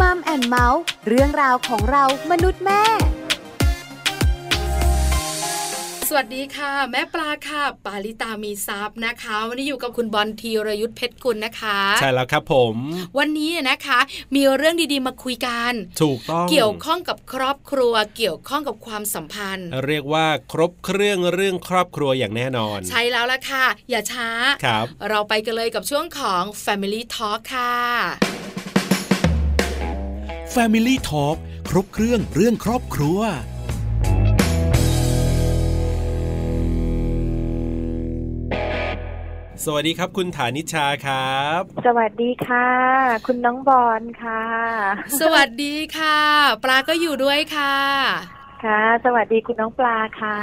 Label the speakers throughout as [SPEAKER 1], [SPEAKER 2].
[SPEAKER 1] มัมแอนเมาส์เรื่องราวของเรามนุษย์แม่
[SPEAKER 2] สวัสดีค่ะ แม่ปลาค่ะ ปาลิตามีซับนะคะวันนี้อยู่กับคุณบอลธีรยุทธเพชรกุลนะคะ
[SPEAKER 3] ใช่แล้วครับผม
[SPEAKER 2] วันนี้นะคะ มีเรื่องดีๆมาคุยกัน
[SPEAKER 3] ถูกต้อง
[SPEAKER 2] เกี่ยวข้องกับครอบครัว เกี่ยวข้องกับความสัมพันธ์
[SPEAKER 3] เรียกว่าครบเครื่องเรื่องครอบครัวอย่างแน่นอน
[SPEAKER 2] ใช่แล้วล่ะค่ะ อย่าช้า
[SPEAKER 3] ครับ
[SPEAKER 2] เราไปกันเลยกับช่วงของ Family Talk ค่ะ
[SPEAKER 3] Family Talk ครบเครื่องเรื่องครอบครัว สวัสดีครับคุณฐานิชาครับ
[SPEAKER 4] สวัสดีค่ะ คุณน้องบอลค่ะ
[SPEAKER 2] สวัสดีค่ะ ปลาก็อยู่ด้วยค่ะ
[SPEAKER 4] ค่ะ สวัสดีคุณน้องปลาค่ะ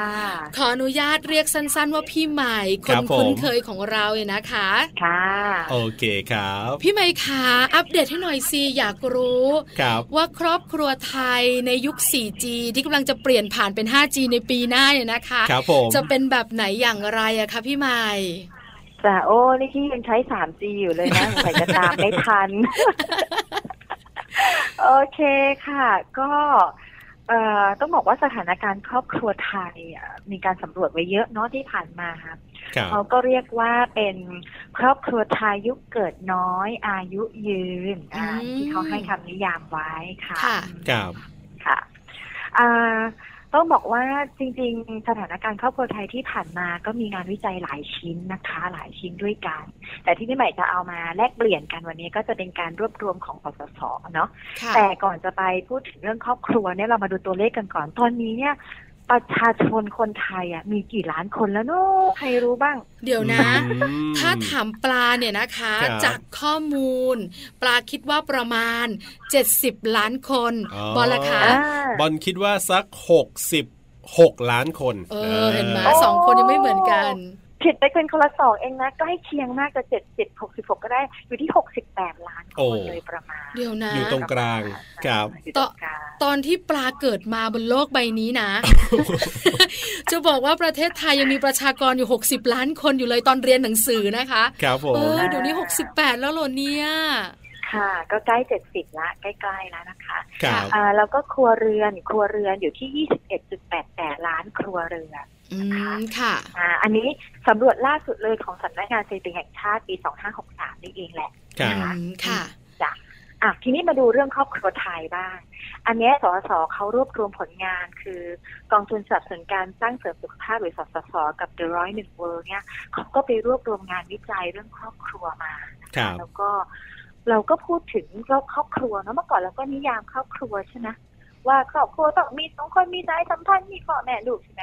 [SPEAKER 2] ขออนุญาตเรียกสั้นๆว่าพี่ใหม่ค
[SPEAKER 3] ครั
[SPEAKER 2] น
[SPEAKER 3] บผม
[SPEAKER 2] คุ้นเคยของเราเนี่ยนะคะ
[SPEAKER 4] ค่ะ
[SPEAKER 3] โอเคครับ
[SPEAKER 2] พี่ใหม่คะอัปเดตให้หน่อยสิอยากรู้
[SPEAKER 3] ครับ
[SPEAKER 2] ว่าครอบครัวไทยในยุค 4G ที่กำลังจะเปลี่ยนผ่านเป็น 5G ในปีหน้าเนี่ยนะคะ
[SPEAKER 3] ครับผม
[SPEAKER 2] จะเป็นแบบไหนอย่างไรอะคะพี่ใหม่
[SPEAKER 4] แต่โอ้ นี่พี่ยังใช้ 3G อยู่เลยนะสงสัยจะตามไม่ทั น โอเคค่ะ ก็เอ่อต้องบอกว่าสถานการณ์ครอบครัวไทยอ่ะมีการสำรวจไว้เยอะเนาะที่ผ่านมาค่ะ
[SPEAKER 3] ครับ
[SPEAKER 4] เขาก็เรียกว่าเป็นครอบครัวไทยยุคเกิดน้อย อายุยืนอ่า
[SPEAKER 2] อืม
[SPEAKER 4] ที่เขาให้คำนิยามไว้ค่ะ
[SPEAKER 2] ค่ะ
[SPEAKER 3] ครับ
[SPEAKER 4] ค่ะอ่าต้องบอกว่าจริงๆ สถานการณ์ครอบครัวไทยที่ผ่านมาก็มีงานวิจัยหลายชิ้นนะคะ หลายชิ้นด้วยกัน แต่ที่พี่ใหม่จะเอามาแลกเปลี่ยนกันวันนี้ก็จะเป็นการรวบรวมของปสสเนาะ
[SPEAKER 2] ค่ะ
[SPEAKER 4] แต่ก่อนจะไปพูดถึงเรื่องครอบครัวเนี่ยเรามาดูตัวเลขกันก่อนตอนนี้เนี่ย ประชาชนคนไทยอ่ะมีกี่ล้านคนแล้วเนาะใครรู้บ้าง
[SPEAKER 2] เดี๋ยวนะ
[SPEAKER 3] อืม
[SPEAKER 2] ถ้าถามปลาเนี่ยนะคะ
[SPEAKER 3] ครับ
[SPEAKER 2] จากข้อมูล ปลาคิดว่าประมาณ 70 ล้านคน
[SPEAKER 3] อ๋อ
[SPEAKER 2] บอลละคะ
[SPEAKER 3] อ่ บอลคิดว่าสัก 66 ล้านคน
[SPEAKER 2] เออเห็นไหม
[SPEAKER 3] ออ
[SPEAKER 2] สองคนยังไม่เหมือนกัน
[SPEAKER 4] ผิดไปเป็นคนละสองเองนะใกล้เคียงมากจะเจ็ดสิบหกสิบหกก็ได้อยู่ที่หกสิบแปดล้าน
[SPEAKER 3] โอ้
[SPEAKER 4] คนโดยประมาณ
[SPEAKER 2] เดี๋ยวนะ
[SPEAKER 3] อยู่ตรงกลางครับ
[SPEAKER 4] อยู่ตรงกลาง
[SPEAKER 2] ตอนที่ปลาเกิดมาบนโลกใบนี้นะ จะบอกว่าประเทศไทยยังมีประชากรอยู่ 60 ล้านคนอยู่เลยตอนเรียนหนังสือนะคะ
[SPEAKER 3] ครับผ
[SPEAKER 2] เอ
[SPEAKER 3] ม
[SPEAKER 2] อเดี๋ยวนี้ 68 แล้วเหรอเนี่ย
[SPEAKER 4] ค่ะ ก็ใกล้เจ็ดสิบละใกล้ๆแล้วนะคะ
[SPEAKER 3] ครับ
[SPEAKER 4] อ่าแล้วก็ครัวเรือนครัวเรือนอยู่ที่ยี่สิบเอ็ดจุดแปดแปดล้านครัวเรือน
[SPEAKER 2] อืม ค่ะ
[SPEAKER 4] อ่าอันนี้สำรวจล่าสุดเลยของสำนักงานสถิติแห่งชาติปีสองห้าหกสามนี่เองแหละ
[SPEAKER 3] ครับ
[SPEAKER 2] อืม ค่ะ
[SPEAKER 4] อ่ะทีนี้มาดูเรื่องครอบครัวไทยบ้าง อันเนี้ยสสสเขารวบรวมผลงานคือกองทุนสนับสนุนการสร้างเสริมสุขภาพหรือสสสกับ The ร้อยหนึ่งเวิร์เนี่ยเขาก็ไปรวบรวมงานวิจัยเรื่องครอบครัวมา
[SPEAKER 3] ครับ
[SPEAKER 4] แล้วก็เราก็พูดถึงเรื่องครอบครัวเนอะเมื่อก่อนเราก็นิยามครอบครัวใช่ไหมว่าครอบครัวต้องมีสองคนมีนายสัมพันธ์มีพ่อแม่ลูกใช่ไหม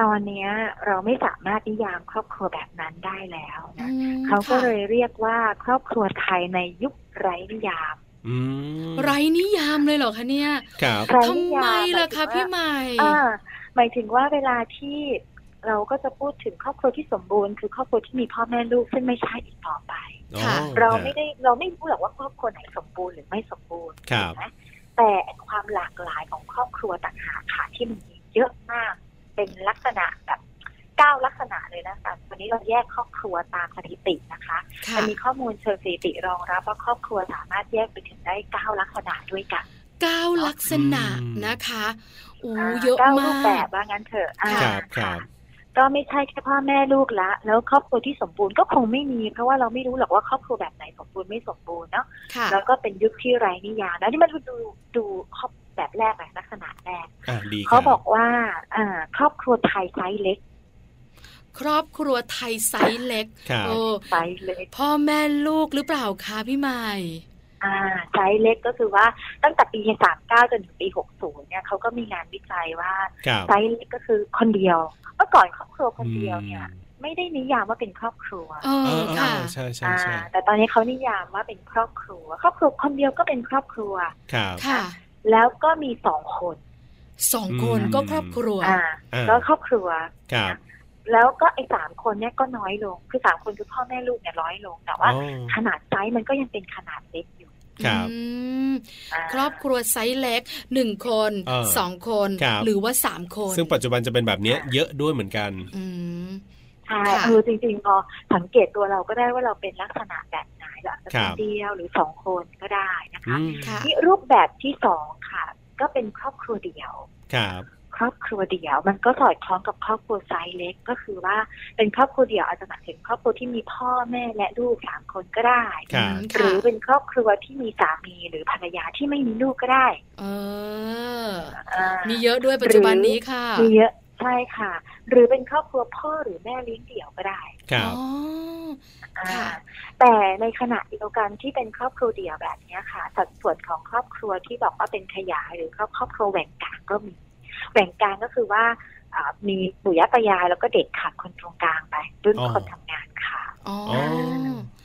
[SPEAKER 4] ตอนเนี้ยเราไม่สามารถนิยามครอบครัวแบบนั้นได้แล้วนะ
[SPEAKER 2] อืม
[SPEAKER 4] เขาก็
[SPEAKER 2] ค่ะ
[SPEAKER 4] เลยเรียกว่าครอบครัวไทยในยุคไร้นิยาม
[SPEAKER 3] อืม
[SPEAKER 2] ไรนิยามเลยเหรอคะเนี่ย
[SPEAKER 3] ครับ
[SPEAKER 4] ไร้
[SPEAKER 2] ทำ
[SPEAKER 4] นิ
[SPEAKER 2] ไม
[SPEAKER 4] ยาม
[SPEAKER 2] ล่ะคะพี่ใหม่
[SPEAKER 4] อ่าหมายถึงว่าเวลาที่เราก็จะพูดถึงครอบครัวที่สมบูรณ์คือครอบครัวที่มีพ่อแม่ลูกซึ่งไม่ใช่อีกต่อไป
[SPEAKER 3] อ๋อ
[SPEAKER 2] ค่ะ
[SPEAKER 4] เราไม่ได้เราไม่รู้หรอกว่าครอบครัวไหนสมบูรณ์หรือไม่สมบูรณ์
[SPEAKER 3] ครับ
[SPEAKER 4] นะแต่ความหลากหลายของครอบครัวต่างหากค่ะที่มันมีเยอะมาก เป็นลักษณะแบบเก้าลักษณะเลยนะคะวันนี้เราแยกครอบครัวตามสถิตินะคะ
[SPEAKER 2] ค่ะ
[SPEAKER 4] มันมีข้อมูลเชิงสถิติรองรับว่าครอบครัวสามารถแยกไปถึงได้เก้าลักษณะด้วยกัน
[SPEAKER 2] เก้าลักษณะ
[SPEAKER 3] อืม
[SPEAKER 2] นะคะโอ้
[SPEAKER 4] า
[SPEAKER 2] เยอะ
[SPEAKER 4] เก้ารู
[SPEAKER 2] มา
[SPEAKER 4] ปแบ
[SPEAKER 2] ก
[SPEAKER 4] บว่างั้นเถอะอ่า
[SPEAKER 3] ครับครับ
[SPEAKER 4] ก็ไม่ใช่แค่พ่อแม่ลูกละ แล้วครอบครัวที่สมบูรณ์ก็คงไม่มี เพราะว่าเราไม่รู้หรอกว่าครอบครัวแบบไหนสมบูรณ์ไม่สมบูรณ์เนาะ
[SPEAKER 2] ค่ะ
[SPEAKER 4] แล้วก็เป็นยุคที่ไร้นิยามแล้วนี่มันดูดูครอบแบบแรกแบบลักษณะแรก
[SPEAKER 3] อ่ะดีครับ
[SPEAKER 4] เขาบอกว่าอ่าครอบครัวไทยไซส์เล็ก
[SPEAKER 2] ครอบครัวไทยไซส์เล็ก
[SPEAKER 3] ครับ
[SPEAKER 2] โอ้
[SPEAKER 4] ไซส์เล็ก
[SPEAKER 2] พ่อแม่ลูกหรือเปล่าคะพี่ใหม่
[SPEAKER 4] อ่าไซส์เล็กก็คือว่าตั้งแต่ปี39จนถึงปี60เนี่ยเขาก็มีงานวิจัยว่า
[SPEAKER 3] ครับ
[SPEAKER 4] ไซส์เล็กก็คือคนเดียว เมื่อก่อนครอบครัวคนเดียวเนี่ย
[SPEAKER 3] อืม
[SPEAKER 4] ไม่ได้นิยามว่าเป็นครอบครัว
[SPEAKER 2] เอ
[SPEAKER 3] เอ
[SPEAKER 2] อ
[SPEAKER 3] อเอ
[SPEAKER 2] ค่ะ
[SPEAKER 3] อใช่ใช่ใช่
[SPEAKER 4] อ่าแต่ตอนนี้เขานิยามว่าเป็นครอบครัว ครอบครัวคนเดียวก็เป็นครอบครัว
[SPEAKER 3] ครับ
[SPEAKER 2] ค่ะ
[SPEAKER 4] แล้วก็มีสองคน
[SPEAKER 2] สองคน
[SPEAKER 3] อืม
[SPEAKER 2] ก็ครอบครัว
[SPEAKER 4] อ่า
[SPEAKER 3] อ่า
[SPEAKER 4] แล้วครอบครัว
[SPEAKER 3] ครับ
[SPEAKER 4] แล้วก็ไอ้สามคนเนี่ยก็น้อยลง คือสามคนคือพ่อแม่ลูกเนี่ยร้อยลง แต่ว่า
[SPEAKER 3] อ๋อ
[SPEAKER 4] ขนาดไซส์มันก็ยังเป็นขนาดเล็กอยู่
[SPEAKER 3] ครับ
[SPEAKER 2] อืม
[SPEAKER 4] า
[SPEAKER 2] ครอบครัวไซส์เล็กหนึ่งคน
[SPEAKER 3] เออ
[SPEAKER 2] สองคน
[SPEAKER 3] ครับ
[SPEAKER 2] หรือว่าสามคน
[SPEAKER 3] ซึ่งปัจจุบันจะเป็นแบบเนี้ยเยอะด้วยเหมือนกัน
[SPEAKER 2] อืม
[SPEAKER 4] ใช่
[SPEAKER 2] ค่ะ
[SPEAKER 4] เออจริงๆพอสังเกตตัวเราก็ได้ว่าเราเป็นลักษณะแบบไหนละ
[SPEAKER 3] ค
[SPEAKER 4] ครับ นเดียวหรือสองคนก็ได้นะคะ นะคะ
[SPEAKER 5] อืม
[SPEAKER 2] ค่ะ
[SPEAKER 4] นี่รูปแบบที่สองค่ะ ก็เป็นครอบครัวเดี่ยว
[SPEAKER 5] ครับ
[SPEAKER 4] ครอบครัวเดี่ยว มันก็สอดคล้องกับครอบครัวไซส์เล็ก ก็คือว่าเป็นครอบครัวเดี่ยวอาจจะหมายถึงครอบครัวที่มีพ่อแม่และลูกสามคนก็ได้
[SPEAKER 5] ครับ
[SPEAKER 4] ห
[SPEAKER 2] ค่ะ
[SPEAKER 4] รือเป็นครอบครัวที่มีสามีหรือภรรยาที่ไม่มีลูกก็ได้
[SPEAKER 2] เออ
[SPEAKER 4] อ่า
[SPEAKER 2] มีเยอะด้วยปัจจุบันนี้ค่ะ
[SPEAKER 4] มีเยอะใช่ค่ะ หรือเป็นครอบครัวพ่อหรือแม่เลี้ยงเดี่ยวก็ได้
[SPEAKER 5] ครับ
[SPEAKER 2] อ๋อ
[SPEAKER 4] อ่า
[SPEAKER 2] ค่ะ
[SPEAKER 4] แต่ในขณะเดียวกันที่เป็นครอบครัวเดี่ยวแบบเนี้ยค่ะ สัดส่วนของครอบครัวที่บอกว่าเป็นขยายหรือครอบครอบครัวแหว่งกลางก็มีแหว่งกลางก็คือว่าอ่ามีปู่ย่าตายายแล้วก็เด็กขาดคนตรงกลางไปรุ่น
[SPEAKER 5] อ๋อ
[SPEAKER 4] คนทำงานค่ะ
[SPEAKER 2] อ๋อ
[SPEAKER 5] อ๋อ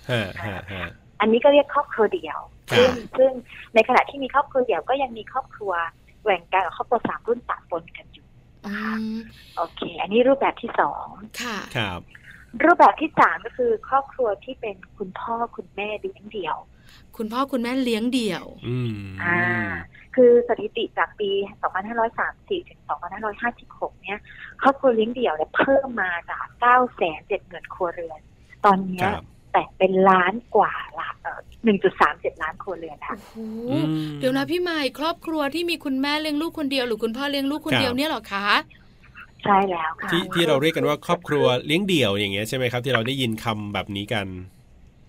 [SPEAKER 5] ฮะฮะฮะ
[SPEAKER 4] อันนี้ก็เรียกครอบครัวเดี่ยว
[SPEAKER 5] ครับ
[SPEAKER 4] ซึ่งซึ่งในขณะที่มีครอบครัวเดี่ยวก็ยังมีครอบครัวแหว่งกลางกับครอบครัวสามรุ่นปะปนกันอยู่
[SPEAKER 2] อืม
[SPEAKER 4] โอเค อันนี้รูปแบบที่สอง
[SPEAKER 2] ค่ะ
[SPEAKER 5] ครับ
[SPEAKER 4] รูปแบบที่สามก็คือครอบครัวที่เป็นคุณพ่อคุณแม่เลี้ยงเดี่ยว
[SPEAKER 2] คุณพ่อคุณแม่เลี้ยงเดี่ยว
[SPEAKER 5] อืม
[SPEAKER 4] อ่า คือสถิติจากปี 2534 ถึง 2556 เนี่ย ครอบครัวเลี้ยงเดี่ยวเนี่ยเพิ่มมาจาก 970,000 ครัวเรือน ตอน
[SPEAKER 5] ค
[SPEAKER 4] เนี้ย
[SPEAKER 5] รับ
[SPEAKER 4] แต่เป็นล้านกว่าละเอ่อ1.37 ล้านครัวเรือนแล้ว
[SPEAKER 2] โอ้โห
[SPEAKER 5] อืม
[SPEAKER 2] เดี๋ยวนะพี่ใหม่ครอบครัวที่มีคุณแม่เลี้ยงลูกคนเดียว หรือคุณพ่อเลี้ยงลูกคน
[SPEAKER 5] ครับ
[SPEAKER 2] เดียวเนี่ยเหรอคะ
[SPEAKER 4] ใช่แล้วค่ะ
[SPEAKER 5] ที่ที่เราเรียกกันว่าครอบครัวเลี้ยงเดี่ยวอย่างเงี้ยใช่ไหมครับ ที่เราได้ยินคำแบบนี้กัน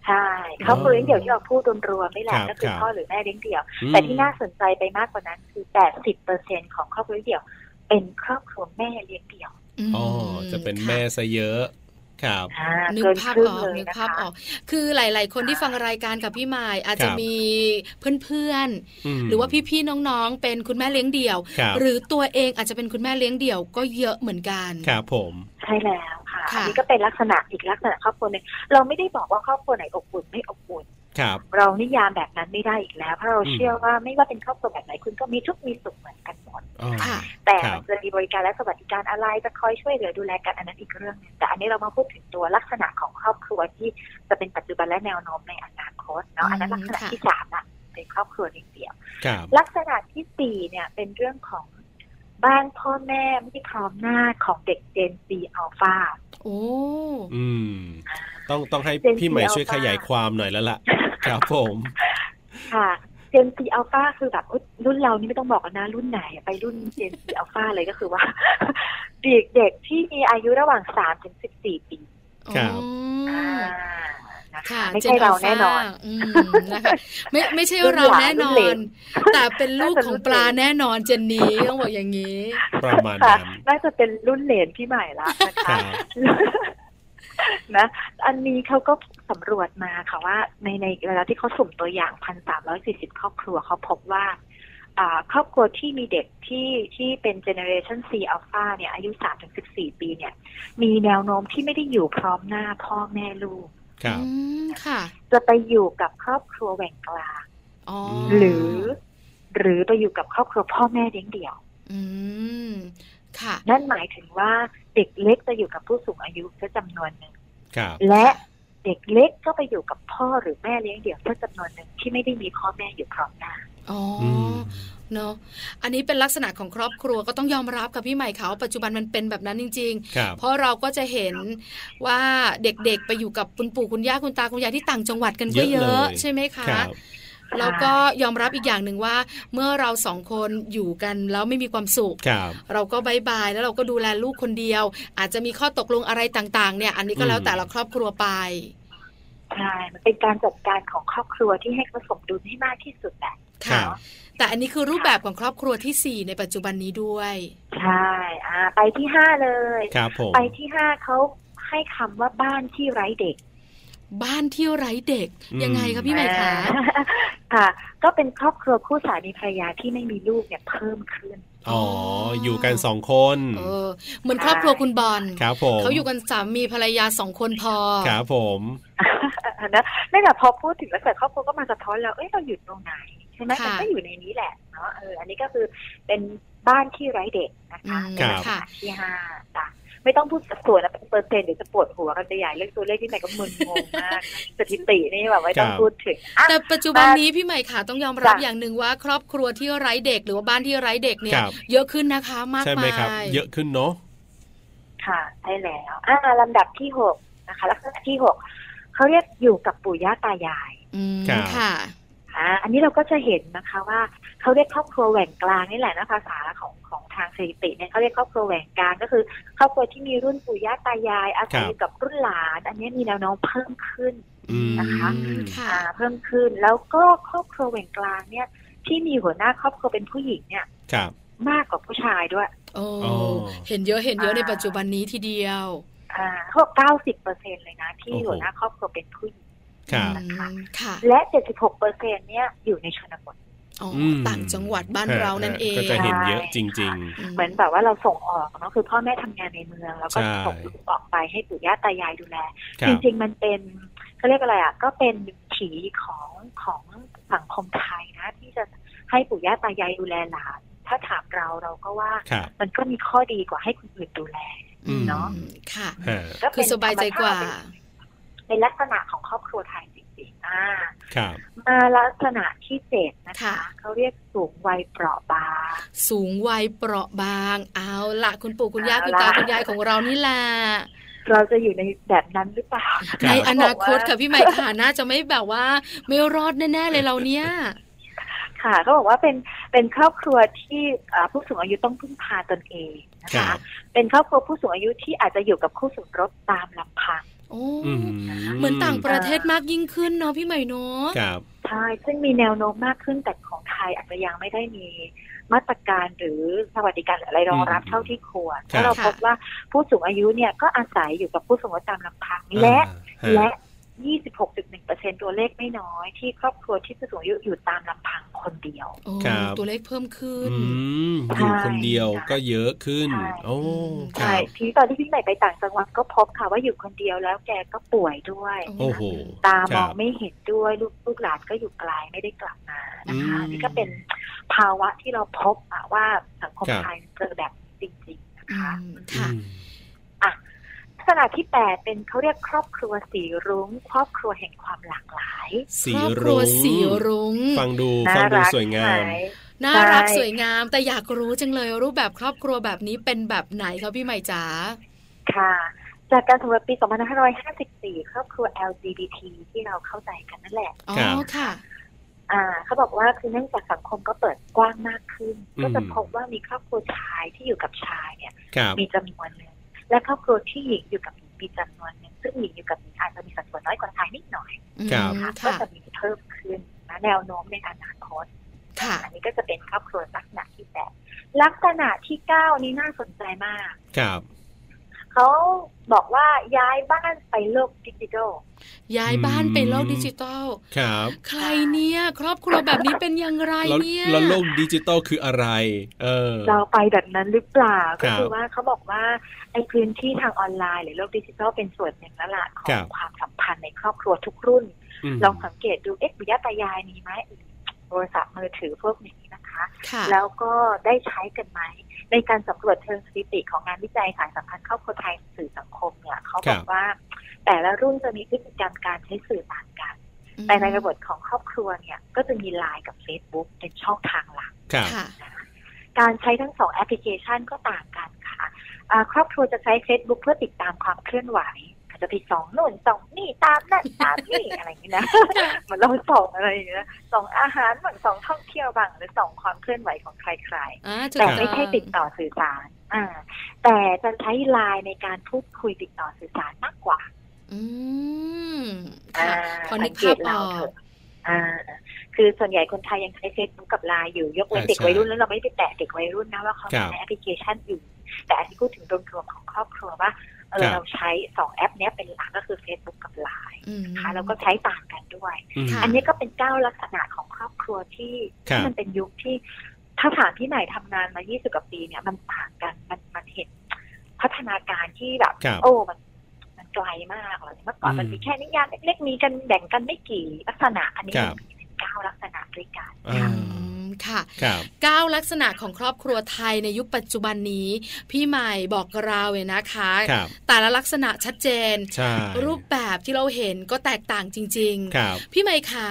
[SPEAKER 4] ใช่ครอบครัวเลี้ยงเดี่ยวที่เราพูดรวมๆนี่แห
[SPEAKER 5] ครั
[SPEAKER 4] ละ
[SPEAKER 5] บ
[SPEAKER 4] ก็คือ
[SPEAKER 5] ครับ
[SPEAKER 4] พ่อหรือแม่เลี้ยงเดี่ยว
[SPEAKER 5] อืม
[SPEAKER 4] แต่ที่น่าสนใจไปมากกว่านั้นคือ 80%ของครอบครัวเลี้ยงเดี่ยว เป็นครอบครัวแม่เลี้ยงเดี่ยว
[SPEAKER 2] ม
[SPEAKER 5] อ๋อจะเป็น
[SPEAKER 2] ค่ะ
[SPEAKER 5] แม่ซะเยอะครับ
[SPEAKER 4] อ่า
[SPEAKER 2] นึก
[SPEAKER 4] เกิน
[SPEAKER 2] ภาพ
[SPEAKER 4] ครึ่
[SPEAKER 2] อง อก
[SPEAKER 4] เลย
[SPEAKER 2] นึก
[SPEAKER 4] นะ
[SPEAKER 2] ภาพ
[SPEAKER 4] คะ
[SPEAKER 2] ออก คือหลาย ๆ คนที่ฟังรายการกับพี่ใหม่อาจจะ
[SPEAKER 5] ครับ
[SPEAKER 2] มีเพื่อน
[SPEAKER 5] ม
[SPEAKER 2] ๆ หรือว่าพี่ ๆ น้อง ๆ เป็นคุณแม่เลี้ยงเดี่ยว
[SPEAKER 5] ครับ
[SPEAKER 2] หรือตัวเองอาจจะเป็นคุณแม่เลี้ยงเดี่ยวก็เยอะเหมือนกัน
[SPEAKER 5] ครับผม
[SPEAKER 4] ใช่แล้วค่ะ
[SPEAKER 2] ค่ะ
[SPEAKER 4] อันนี้ก็เป็นลักษณะอีกลักษณะครอบครัวหนึ่งเราไม่ได้บอกว่าครอบครัวไหนอบอุ่นไม่อบอุ่น
[SPEAKER 5] ครับ
[SPEAKER 4] เรานิยามแบบนั้นไม่ได้อีกแล้วเพราะเรา
[SPEAKER 5] อืม
[SPEAKER 4] เชื่อว่าไม่ว่าเป็นครอบครัวแบบไหนคุณก็มีทุกข์มีสุขเหมือนกันหมด
[SPEAKER 5] อ๋อ
[SPEAKER 2] ค่ะ
[SPEAKER 4] แต่
[SPEAKER 5] ครับ
[SPEAKER 4] มันจะมีบริการและสวัสดิการอะไรจะคอยช่วยเหลือดูแลกันอันนั้นอีกเรื่องหนึงแต่อันนี้เรามาพูดถึงตัวลักษณะของครอบครัวที่จะเป็นปัจจุบันและแนวโน้มในอนาคตเนาะอันนั้นลักษณะ
[SPEAKER 2] อืมค่ะ
[SPEAKER 4] ที่สามอะเป็นครอบครัวเลี้ยงเดี่ยว
[SPEAKER 5] ครับ
[SPEAKER 4] ลักษณะที่สี่เนี่ยเป็นเรื่องของบ้านพ่อแม่ไม่พร้อมหน้าของเด็กเจนซีอัลฟา
[SPEAKER 2] โอ้
[SPEAKER 5] อืม ต้องต้องให้
[SPEAKER 4] เจน
[SPEAKER 5] พี่ใหม่
[SPEAKER 4] ซีอัล
[SPEAKER 5] ช่วยข
[SPEAKER 4] ฟ่า
[SPEAKER 5] ยายความหน่อยแล้วล่ะ ครับผม
[SPEAKER 4] ค่ะ เจนซีอัลฟาคือแบบอุ๊ยรุ่นเรานี่ไม่ต้องบอกกันนะรุ่นไหน ไปรุ่นเจนซีอัลฟาเลยก็คือว่า เด็กเด็กที่มีอายุระหว่างสามถึงสิบสี่ปี
[SPEAKER 5] ครับ
[SPEAKER 2] อ๋อ
[SPEAKER 4] นะ
[SPEAKER 2] ค่ะ
[SPEAKER 4] คะไม่ใช่เราแน่นอน
[SPEAKER 2] เจนอัลฟ่าอืมนะคะไม่ไม่ใช่เราแน่นอน แต่เป็นลูกของปลาแน่นอนเจนนี้ต้องบอกอย่างนี้
[SPEAKER 5] ประมาณ
[SPEAKER 4] ค่ะ
[SPEAKER 5] นั้น
[SPEAKER 4] น่าจะเป็นรุ่นเหลนพี่ใหม่ละนะ
[SPEAKER 5] ค
[SPEAKER 4] คะ
[SPEAKER 5] รับ
[SPEAKER 4] นะอันนี้เขาก็สำรวจมาค่ะว่าในในเวลาที่เขาสุ่มตัวอย่าง 1,340 ครอบครัวเขาพบว่าอ่า ครอบครัวที่มีเด็กที่ที่เป็นเจเนอเรชัน C อัลฟาเนี่ยอายุ 3-14 ปีเนี่ย มีแนวโน้มที่ไม่ได้อยู่พร้อมหน้าพ่อแม่ลูก
[SPEAKER 5] ครับ
[SPEAKER 2] อืมค่ะ
[SPEAKER 4] จะไปอยู่กับครอบครัวแหว่งกลาง
[SPEAKER 2] อ๋อ
[SPEAKER 4] หรือ หรือไปอยู่กับครอบครัวพ่อแม่เลี้ยงเดี่ยว
[SPEAKER 2] อืม ค่ะ
[SPEAKER 4] นั่นหมายถึงว่าเด็กเล็กจะอยู่กับผู้สูงอายุซะจำนวนหนึ่ง
[SPEAKER 5] ครับ
[SPEAKER 4] และเด็กเล็กก็ไปอยู่กับพ่อหรือแม่เลี้ยงเดี่ยวเพื่อจำนวนหนึ่งที่ไม่ได้มีพ่อแม่อยู่พร้อมหน้า
[SPEAKER 2] อ๋ออ
[SPEAKER 5] อืม
[SPEAKER 2] เนาะ อันนี้เป็นลักษณะของครอบครัวก็ต้องยอมรับกับพี่ใหม่เขาปัจจุบันมันเป็นแบบนั้นจริง
[SPEAKER 5] ครับ
[SPEAKER 2] ๆ เพราะเราก็จะเห็นว่าเด็กๆ ไปอยู่กับคุณปู่คุณย่าคุณตาคุณยายที่ต่างจังหวัดกันก็
[SPEAKER 5] เย
[SPEAKER 2] เย
[SPEAKER 5] อะเลย
[SPEAKER 2] อะใช่ไหมคะ
[SPEAKER 5] ครับ
[SPEAKER 2] แล้วก็ยอมรับอีกอย่างหนึ่งว่า เมื่อเราสองคนอยู่กันแล้วไม่มีความสุข
[SPEAKER 5] ครับ
[SPEAKER 2] เราก็บายบายแล้วเราก็ดูแลลูกคนเดียว อาจจะมีข้อตกลงอะไรต่างๆ เนี่ย อันนี้ก็แล้ว
[SPEAKER 5] อืม
[SPEAKER 2] แต่ละครอบครัวไป
[SPEAKER 4] ใช่ มันเป็นการจัดการของครอบครัวที่ให้ผสมดุลให้มากที่สุดแหละ
[SPEAKER 5] ครั
[SPEAKER 2] ค่ะ
[SPEAKER 5] บ
[SPEAKER 2] แต่อันนี้คือรูปแบบของครอบครัวที่สี่ในปัจจุบันนี้ด้วย
[SPEAKER 4] ใช่อ่าไปที่ห้าเลย
[SPEAKER 5] ครับผม
[SPEAKER 4] ไปที่ห้าเขาให้คำว่าบ้านที่ไร้เด็ก
[SPEAKER 2] บ้านที่ไร้เด็ก ยังไงคะพี่ใหม่คะ
[SPEAKER 4] อ่า ค่ะ ก็เป็นครอบครัวคู่สามีภรรยาที่ไม่มีลูกเนี่ยเพิ่มขึ้น
[SPEAKER 5] อ๋อ อยู่กันสองคน
[SPEAKER 2] เออ เหมือนครอบครัวคุณบอล
[SPEAKER 5] ครับผม
[SPEAKER 2] เขาอยู่กันสามีภรรยาสองคนพอ
[SPEAKER 5] ครับผม
[SPEAKER 4] นะนั่นแหละพอพูดถึงลักษณะครอบครัวก็มาสะท้อนแล้ว เอ้ยเราอยู่ตรงไหนใช่ไหม
[SPEAKER 2] ค่ะ
[SPEAKER 4] มันก็อยู่ในนี้แหละเนาะเอออันนี้ก็คือเป็นบ้านที่ไร้เด็กนะ
[SPEAKER 2] อื
[SPEAKER 4] คะ
[SPEAKER 2] ม
[SPEAKER 5] ครับ
[SPEAKER 2] ค่ะ
[SPEAKER 4] ที่ห้าจ้ะไม่ต้องพูดสัดส่วนนะเป็นเปอร์เซ็นต์เดี๋ยวจะปวดหัวกันไปใหญ่เรื่องตัวเลขที่ไหนก็มึนงงมากสถิตินี่แบบไม่ต้องพูดถึงอ่ะ
[SPEAKER 2] แต่ปัจจุบันนี้พี่ใหม่ค่ะต้องยอมรับ
[SPEAKER 4] จ้ะ
[SPEAKER 2] อย่างหนึ่งว่า ครอบครัวที่ไร้เด็ก หรือว่าบ้านที่ไร้เด็กเนี่
[SPEAKER 5] ค
[SPEAKER 2] ย
[SPEAKER 5] รับ
[SPEAKER 2] เยอะขึ้นนะคะ มาก
[SPEAKER 5] ใช่ไหม
[SPEAKER 2] มาย
[SPEAKER 5] ครับ เยอะขึ้นเนาะ
[SPEAKER 4] ค่ะใช่แล้วอ่าลำดับที่หกนะคะ ลักษณะที่หกเขาเรียกอยู่กับปู่ย่าตายาย
[SPEAKER 2] อืม
[SPEAKER 5] ครับ
[SPEAKER 2] ค่ะ
[SPEAKER 4] อ่าอันนี้เราก็จะเห็นนะคะว่าเขาเรียกครอบครัวแหว่งกลางนี่แหละนะภาษาของของทางสถิติเนี่ยเขาเรียกครอบครัวแหว่งกลางก็คือ ครอบครัวที่มีรุ่นปู่ย่าตายายอาศัยอยู่กับรุ่นหลาน อันนี้มีแนวโน้มเพิ่มขึ้น
[SPEAKER 5] อืม
[SPEAKER 4] นะคะ
[SPEAKER 2] ค่ะ
[SPEAKER 4] อ่าเพิ่มขึ้นแล้วก็ครอบครัวแหว่งกลางเนี่ยที่มีหัวหน้าครอบครัวเป็นผู้หญิงเนี่ย
[SPEAKER 5] ครับ
[SPEAKER 4] มากกว่าผู้ชายด้วย
[SPEAKER 2] โอ้
[SPEAKER 5] อ๋อ
[SPEAKER 2] เห็นเยอะเห็นเยอะ
[SPEAKER 4] อ่า
[SPEAKER 2] ในปัจจุบันนี้ทีเดียว
[SPEAKER 4] อ่าเขาบอกเก้าสิบเปอร์เซ็นเลยนะ ที่
[SPEAKER 5] โอ้โห
[SPEAKER 4] หัวหน้าครอบครัวเป็นผู้หญิง
[SPEAKER 5] ครับ
[SPEAKER 2] อืมค่ะ
[SPEAKER 4] และเจ็ดสิบหกเปอร์เซ็นเนี่ยอยู่ในชนบท
[SPEAKER 2] อ๋ออ
[SPEAKER 5] ม
[SPEAKER 2] ต่างจังหวัดบ้าน
[SPEAKER 5] ฮะ
[SPEAKER 2] เรานั่นเอง
[SPEAKER 5] ก็จะเห็นเยอะจริง
[SPEAKER 2] อืม
[SPEAKER 4] เหมือนแบบว่าเราส่งออกเนาะคือพ่อแม่ทำงานในเมือง แล้วก็
[SPEAKER 5] ใช่
[SPEAKER 4] ส่งลูกออกไปให้ปู่ย่าตายายดูแล
[SPEAKER 5] ๆ ครั
[SPEAKER 4] จ
[SPEAKER 5] บ
[SPEAKER 4] ริงๆ มันเป็นเขาเรียกอะไรอ่ะก็เป็นถีของของสังคมไทยนะ ที่จะให้ปู่ย่าตายายดูแลหลาน ถ้าถามเราเราก็ว่า
[SPEAKER 5] ครับ
[SPEAKER 4] มันก็มีข้อดีกว่าให้คนอื่นดูแล
[SPEAKER 5] อืม
[SPEAKER 4] เนาะ
[SPEAKER 2] ค่ะ
[SPEAKER 5] ฮะ
[SPEAKER 4] ก็
[SPEAKER 2] คื
[SPEAKER 4] เป็
[SPEAKER 2] อน สบายใจกว่า
[SPEAKER 4] ธรรมชติเป็นเป็นลักษณะของครอบครัวไทยจริงๆอ่า
[SPEAKER 5] ครับ
[SPEAKER 4] มาลักษณะที่เจ็ดนะ
[SPEAKER 2] ค่ะ
[SPEAKER 4] คะเขาเรียกสูงวัยเปราะบาง
[SPEAKER 2] สูงวัยเปราะบาง เอาละคุณปู่คุณย่า
[SPEAKER 4] เอา
[SPEAKER 2] คุณ
[SPEAKER 4] ล่ะ
[SPEAKER 2] ตาคุณยายของเรานี่แหละ
[SPEAKER 4] เราจะอยู่ในแบบนั้นหรือเปล่า
[SPEAKER 5] ครับ
[SPEAKER 2] ในอนาคต
[SPEAKER 4] ค่ะ
[SPEAKER 2] ค่ะพี่ใหม่ค่ะน่าจะไม่แบบว่า ไม่รอดแน่ๆเลยเราเนี่ย
[SPEAKER 4] ค่ะเขาบอกว่าเป็นเป็นครอบครัวที่เอ่อผู้สูงอายุต้องพึ่งพาตนเองนะ
[SPEAKER 5] ครั
[SPEAKER 4] คะ
[SPEAKER 5] บ
[SPEAKER 4] เป็นครอบครัวผู้สูงอายุที่อาจจะอยู่กับคู่สมรสตามลำพัง
[SPEAKER 2] โอ้
[SPEAKER 5] อื
[SPEAKER 2] เหมือนต่างประเทศมากยิ่งขึ้นเนาะพี่ใหม่เนาะ
[SPEAKER 5] ครับ
[SPEAKER 4] ใช่ ซึ่งมีแนวโน้มมากขึ้นแต่ของไทยอาจจะยังไม่ได้มีมาตรการหรือสวัสดิการหรืออะไรรองรับ
[SPEAKER 5] อืม
[SPEAKER 4] เท่าที่ควร
[SPEAKER 5] ครับ
[SPEAKER 4] ถ้าะเรา
[SPEAKER 2] ค่ะ
[SPEAKER 4] พบว่าผู้สูงอายุเนี่ยก็อาศัยอยู่กับผู้สูงอายุตามลำพังและ
[SPEAKER 5] อ่าฮะ
[SPEAKER 4] และ 26.1%ตัวเลขไม่น้อย ที่ครอบครัวที่ผู้สูงอายุอยู่ตามลำพังคนเดียว
[SPEAKER 2] โอ้
[SPEAKER 5] ครับ
[SPEAKER 2] ตัวเลขเพิ่มขึ้น
[SPEAKER 5] อืมอยู่คนเดียว
[SPEAKER 4] ใช่
[SPEAKER 5] ก็เยอะขึ้น
[SPEAKER 4] ใช่
[SPEAKER 5] โอ้ค
[SPEAKER 2] ใช่
[SPEAKER 5] รับ
[SPEAKER 4] ทีนี้ตอนที่พี่ใหม่ไปต่างจังหวัดก็พบค่ะว่าอยู่คนเดียวแล้วแกก็ป่วยด้วย
[SPEAKER 5] โอ้โห
[SPEAKER 4] ตาม
[SPEAKER 5] ครั
[SPEAKER 4] อบ งไม่เห็นด้วย ลูกลูกหลานก็อยู่ไกลไม่ได้กลับมานะคะ
[SPEAKER 5] อืม
[SPEAKER 4] นี่ก็เป็นภาวะที่เราพบอะว่าสังคม
[SPEAKER 5] ครับ
[SPEAKER 4] ไทยเจอแบบนี้จริง ๆ นะ
[SPEAKER 2] อื
[SPEAKER 4] คะ
[SPEAKER 2] มค่ะ
[SPEAKER 5] อืม
[SPEAKER 4] ลักษณะที่ 8 เป็นเขาเรียกครอบครัวสีรุง้ง ครอบครัวแห่งความหลากหลาย
[SPEAKER 5] สี
[SPEAKER 2] ครอบค
[SPEAKER 5] รุ
[SPEAKER 2] รัว
[SPEAKER 5] ง้ง
[SPEAKER 2] สีรุง้ง
[SPEAKER 5] ฟังดู
[SPEAKER 4] น่า
[SPEAKER 5] ฟังดู
[SPEAKER 4] รัก
[SPEAKER 5] สวยงาม
[SPEAKER 4] ไห
[SPEAKER 2] น่ารัก
[SPEAKER 4] ใช่
[SPEAKER 2] สวยงาม แต่อยากรู้จังเลยรูปแบบครอบครัวแบบนี้เป็นแบบไหนคะพี่ใหม่จ๋า
[SPEAKER 4] ค่ะ จากการสำรวจปี 2554 ครอบครัว LGBT ที่เราเข้าใจกันนั่นแหละ
[SPEAKER 2] อ๋อ
[SPEAKER 5] ครับ
[SPEAKER 2] ค่ะ
[SPEAKER 4] อ่าเขาบอกว่าคือเนื่องจากสังคมก็เปิดกว้างมากขึ้น ก็จะพบว่ามีครอบครัวชายที่อยู่กับชายเนี่ย
[SPEAKER 5] ครับ
[SPEAKER 4] มีจำนวนหนึ่งและครอบครัวที่หญิงอยู่กับหญิงมีจำนวนหนึ่งซึ่งหญิงอยู่กับหญิงอาจจะมีสัดส่วนน้อยกว่าชายนิดหน่อย
[SPEAKER 2] อืม
[SPEAKER 4] ก็
[SPEAKER 2] ค่ะ
[SPEAKER 4] จะมีเพิ่มขึ้นนะแนวโน้มในอนาคต
[SPEAKER 2] ค่ะ
[SPEAKER 4] อันนี้ก็จะเป็นครอบครัวลักษณะที่แปดลักษณะที่เก้านี่น่าสนใจมาก
[SPEAKER 5] ครับ
[SPEAKER 4] เขาบอกว่าย้ายบ้านไปโลกดิจิทัล
[SPEAKER 2] ย้ายบ้านเป็นโลกดิจิตอล
[SPEAKER 5] ครับ
[SPEAKER 2] ใครเนี่ย ครอบครัวแบบนี้เป็นอย่างไร
[SPEAKER 5] แล้ว
[SPEAKER 2] เนี่ย
[SPEAKER 5] แล้วโลกดิจิตอลคืออะไร เออ
[SPEAKER 4] เราไปแบบนั้นหรือเปล่า
[SPEAKER 5] ค
[SPEAKER 4] ก็
[SPEAKER 5] รับ
[SPEAKER 4] คือว่าเขาบอกว่าไอ้พื้นที่ทางออนไลน์ หรือโลกดิจิทัลเป็นส่วนหนึ่งแล้วล่ะขอ
[SPEAKER 5] ครั
[SPEAKER 4] ง
[SPEAKER 5] บ
[SPEAKER 4] ความสัมพันธ์ในครอบครัวทุกรุ่น
[SPEAKER 5] ม
[SPEAKER 4] ลองสังเกตดู เอ๊ะปิยะตายายมีไหมโทรศัพท์มือถือพวกนี้นะคะ
[SPEAKER 2] ค่ะ
[SPEAKER 4] แล้วก็ได้ใช้กันไหม ในการสำรวจเชิงสถิติของงานวิจัยสายสัมพันธ์ครอบครัวไทยสื่อสังคมเนี่ยเขาบอกว่า แต่ละรุ่นจะมีพฤติกรรมการใช้สื่อต่างกัน แต่ในระบบของครอบครัวเนี่ย ก็จะมีไลน์กับ Facebook เป็นช่องทางหลัก
[SPEAKER 5] ครับ
[SPEAKER 2] ค่ะ
[SPEAKER 4] การใช้ทั้งสองแอปพลิเคชันก็ต่างกันค่ะอ่าครอบครัวจะใช้ Facebook เพื่อติดตามความเคลื่อนไหวอาจจะไปส่องโน่นส่องนี่ตามนั่นตามนี่ อะไรอย่า งนี้นะ เหมือนเราส่องอะไรอย่างเงี้ยส่องอาหารบ้างส่องท่องเที่ยวบ้างหรือส่องความเคลื่อนไหวของใคร
[SPEAKER 2] อ่า
[SPEAKER 4] ๆ
[SPEAKER 2] ถูก
[SPEAKER 4] แต่
[SPEAKER 2] อง
[SPEAKER 4] ไม่ใช่ติดต่อสื่อสารอ่าแต่จะใช้ไลน์ในการพูดคุยติดต่อสื่อสารมากกว่า
[SPEAKER 2] อืม
[SPEAKER 4] อ่า
[SPEAKER 2] ค่ะ พอนึ
[SPEAKER 4] สั
[SPEAKER 2] ก
[SPEAKER 4] งเก
[SPEAKER 2] ภาพอ
[SPEAKER 4] ตเรา
[SPEAKER 2] อ
[SPEAKER 4] เถ
[SPEAKER 2] ก
[SPEAKER 4] อะอ่าคือส่วนใหญ่คนไทยยังใช้ Facebook กับไลน์อยู่ยกเว้นเด็กวัยรุ่นแล้วเราไม่ได้แตะเด็กวัยรุ่นนะว่าเขาใช้แอปพลิเคชันอื่นแต่อันนี้พูดถึงรวมๆของครอบครัวว่าเออเราใช้สองแอปเนี้ยเป็นหลักก็คือ Facebook กับไลน์
[SPEAKER 2] อืม
[SPEAKER 4] นะคะแล้วก็ใช้ต่างกันด้วย
[SPEAKER 5] ม
[SPEAKER 2] ค่ะ
[SPEAKER 4] อันนี้ก็เป็นเก้าลักษณะของครอบครัวที่
[SPEAKER 5] ครับ
[SPEAKER 4] ที่มันเป็นยุคที่ถ้าถามพี่ใหม่ทำงานมา 20 กว่าปีเนี่ยมันต่างกันมันมันเห็นพัฒนาการที่แบบ
[SPEAKER 5] ครับ
[SPEAKER 4] โอ้มันมันไกลมากเลยเมื่อก่อน
[SPEAKER 5] อืม
[SPEAKER 4] มันมีแค่นิยามเล็กๆมีกันแบ่งกันไม่กี่ลักษณะ อันนี้
[SPEAKER 5] ครับ
[SPEAKER 4] มันเป็นเก้าลักษณะด้วยกัน
[SPEAKER 5] อ่า
[SPEAKER 2] อืมค่ะ
[SPEAKER 5] ครับ
[SPEAKER 2] เก้าลักษณะของครอบครัวไทยในยุคปัจจุบันนี้ พี่ใหม่บอกเราเลยนะคะ
[SPEAKER 5] ครับ
[SPEAKER 2] แต่ละลักษณะชัดเจน
[SPEAKER 5] ใช่
[SPEAKER 2] รูปแบบที่เราเห็นก็แตกต่างจริง
[SPEAKER 5] ครับ
[SPEAKER 2] ๆ พี่ใหม่ขา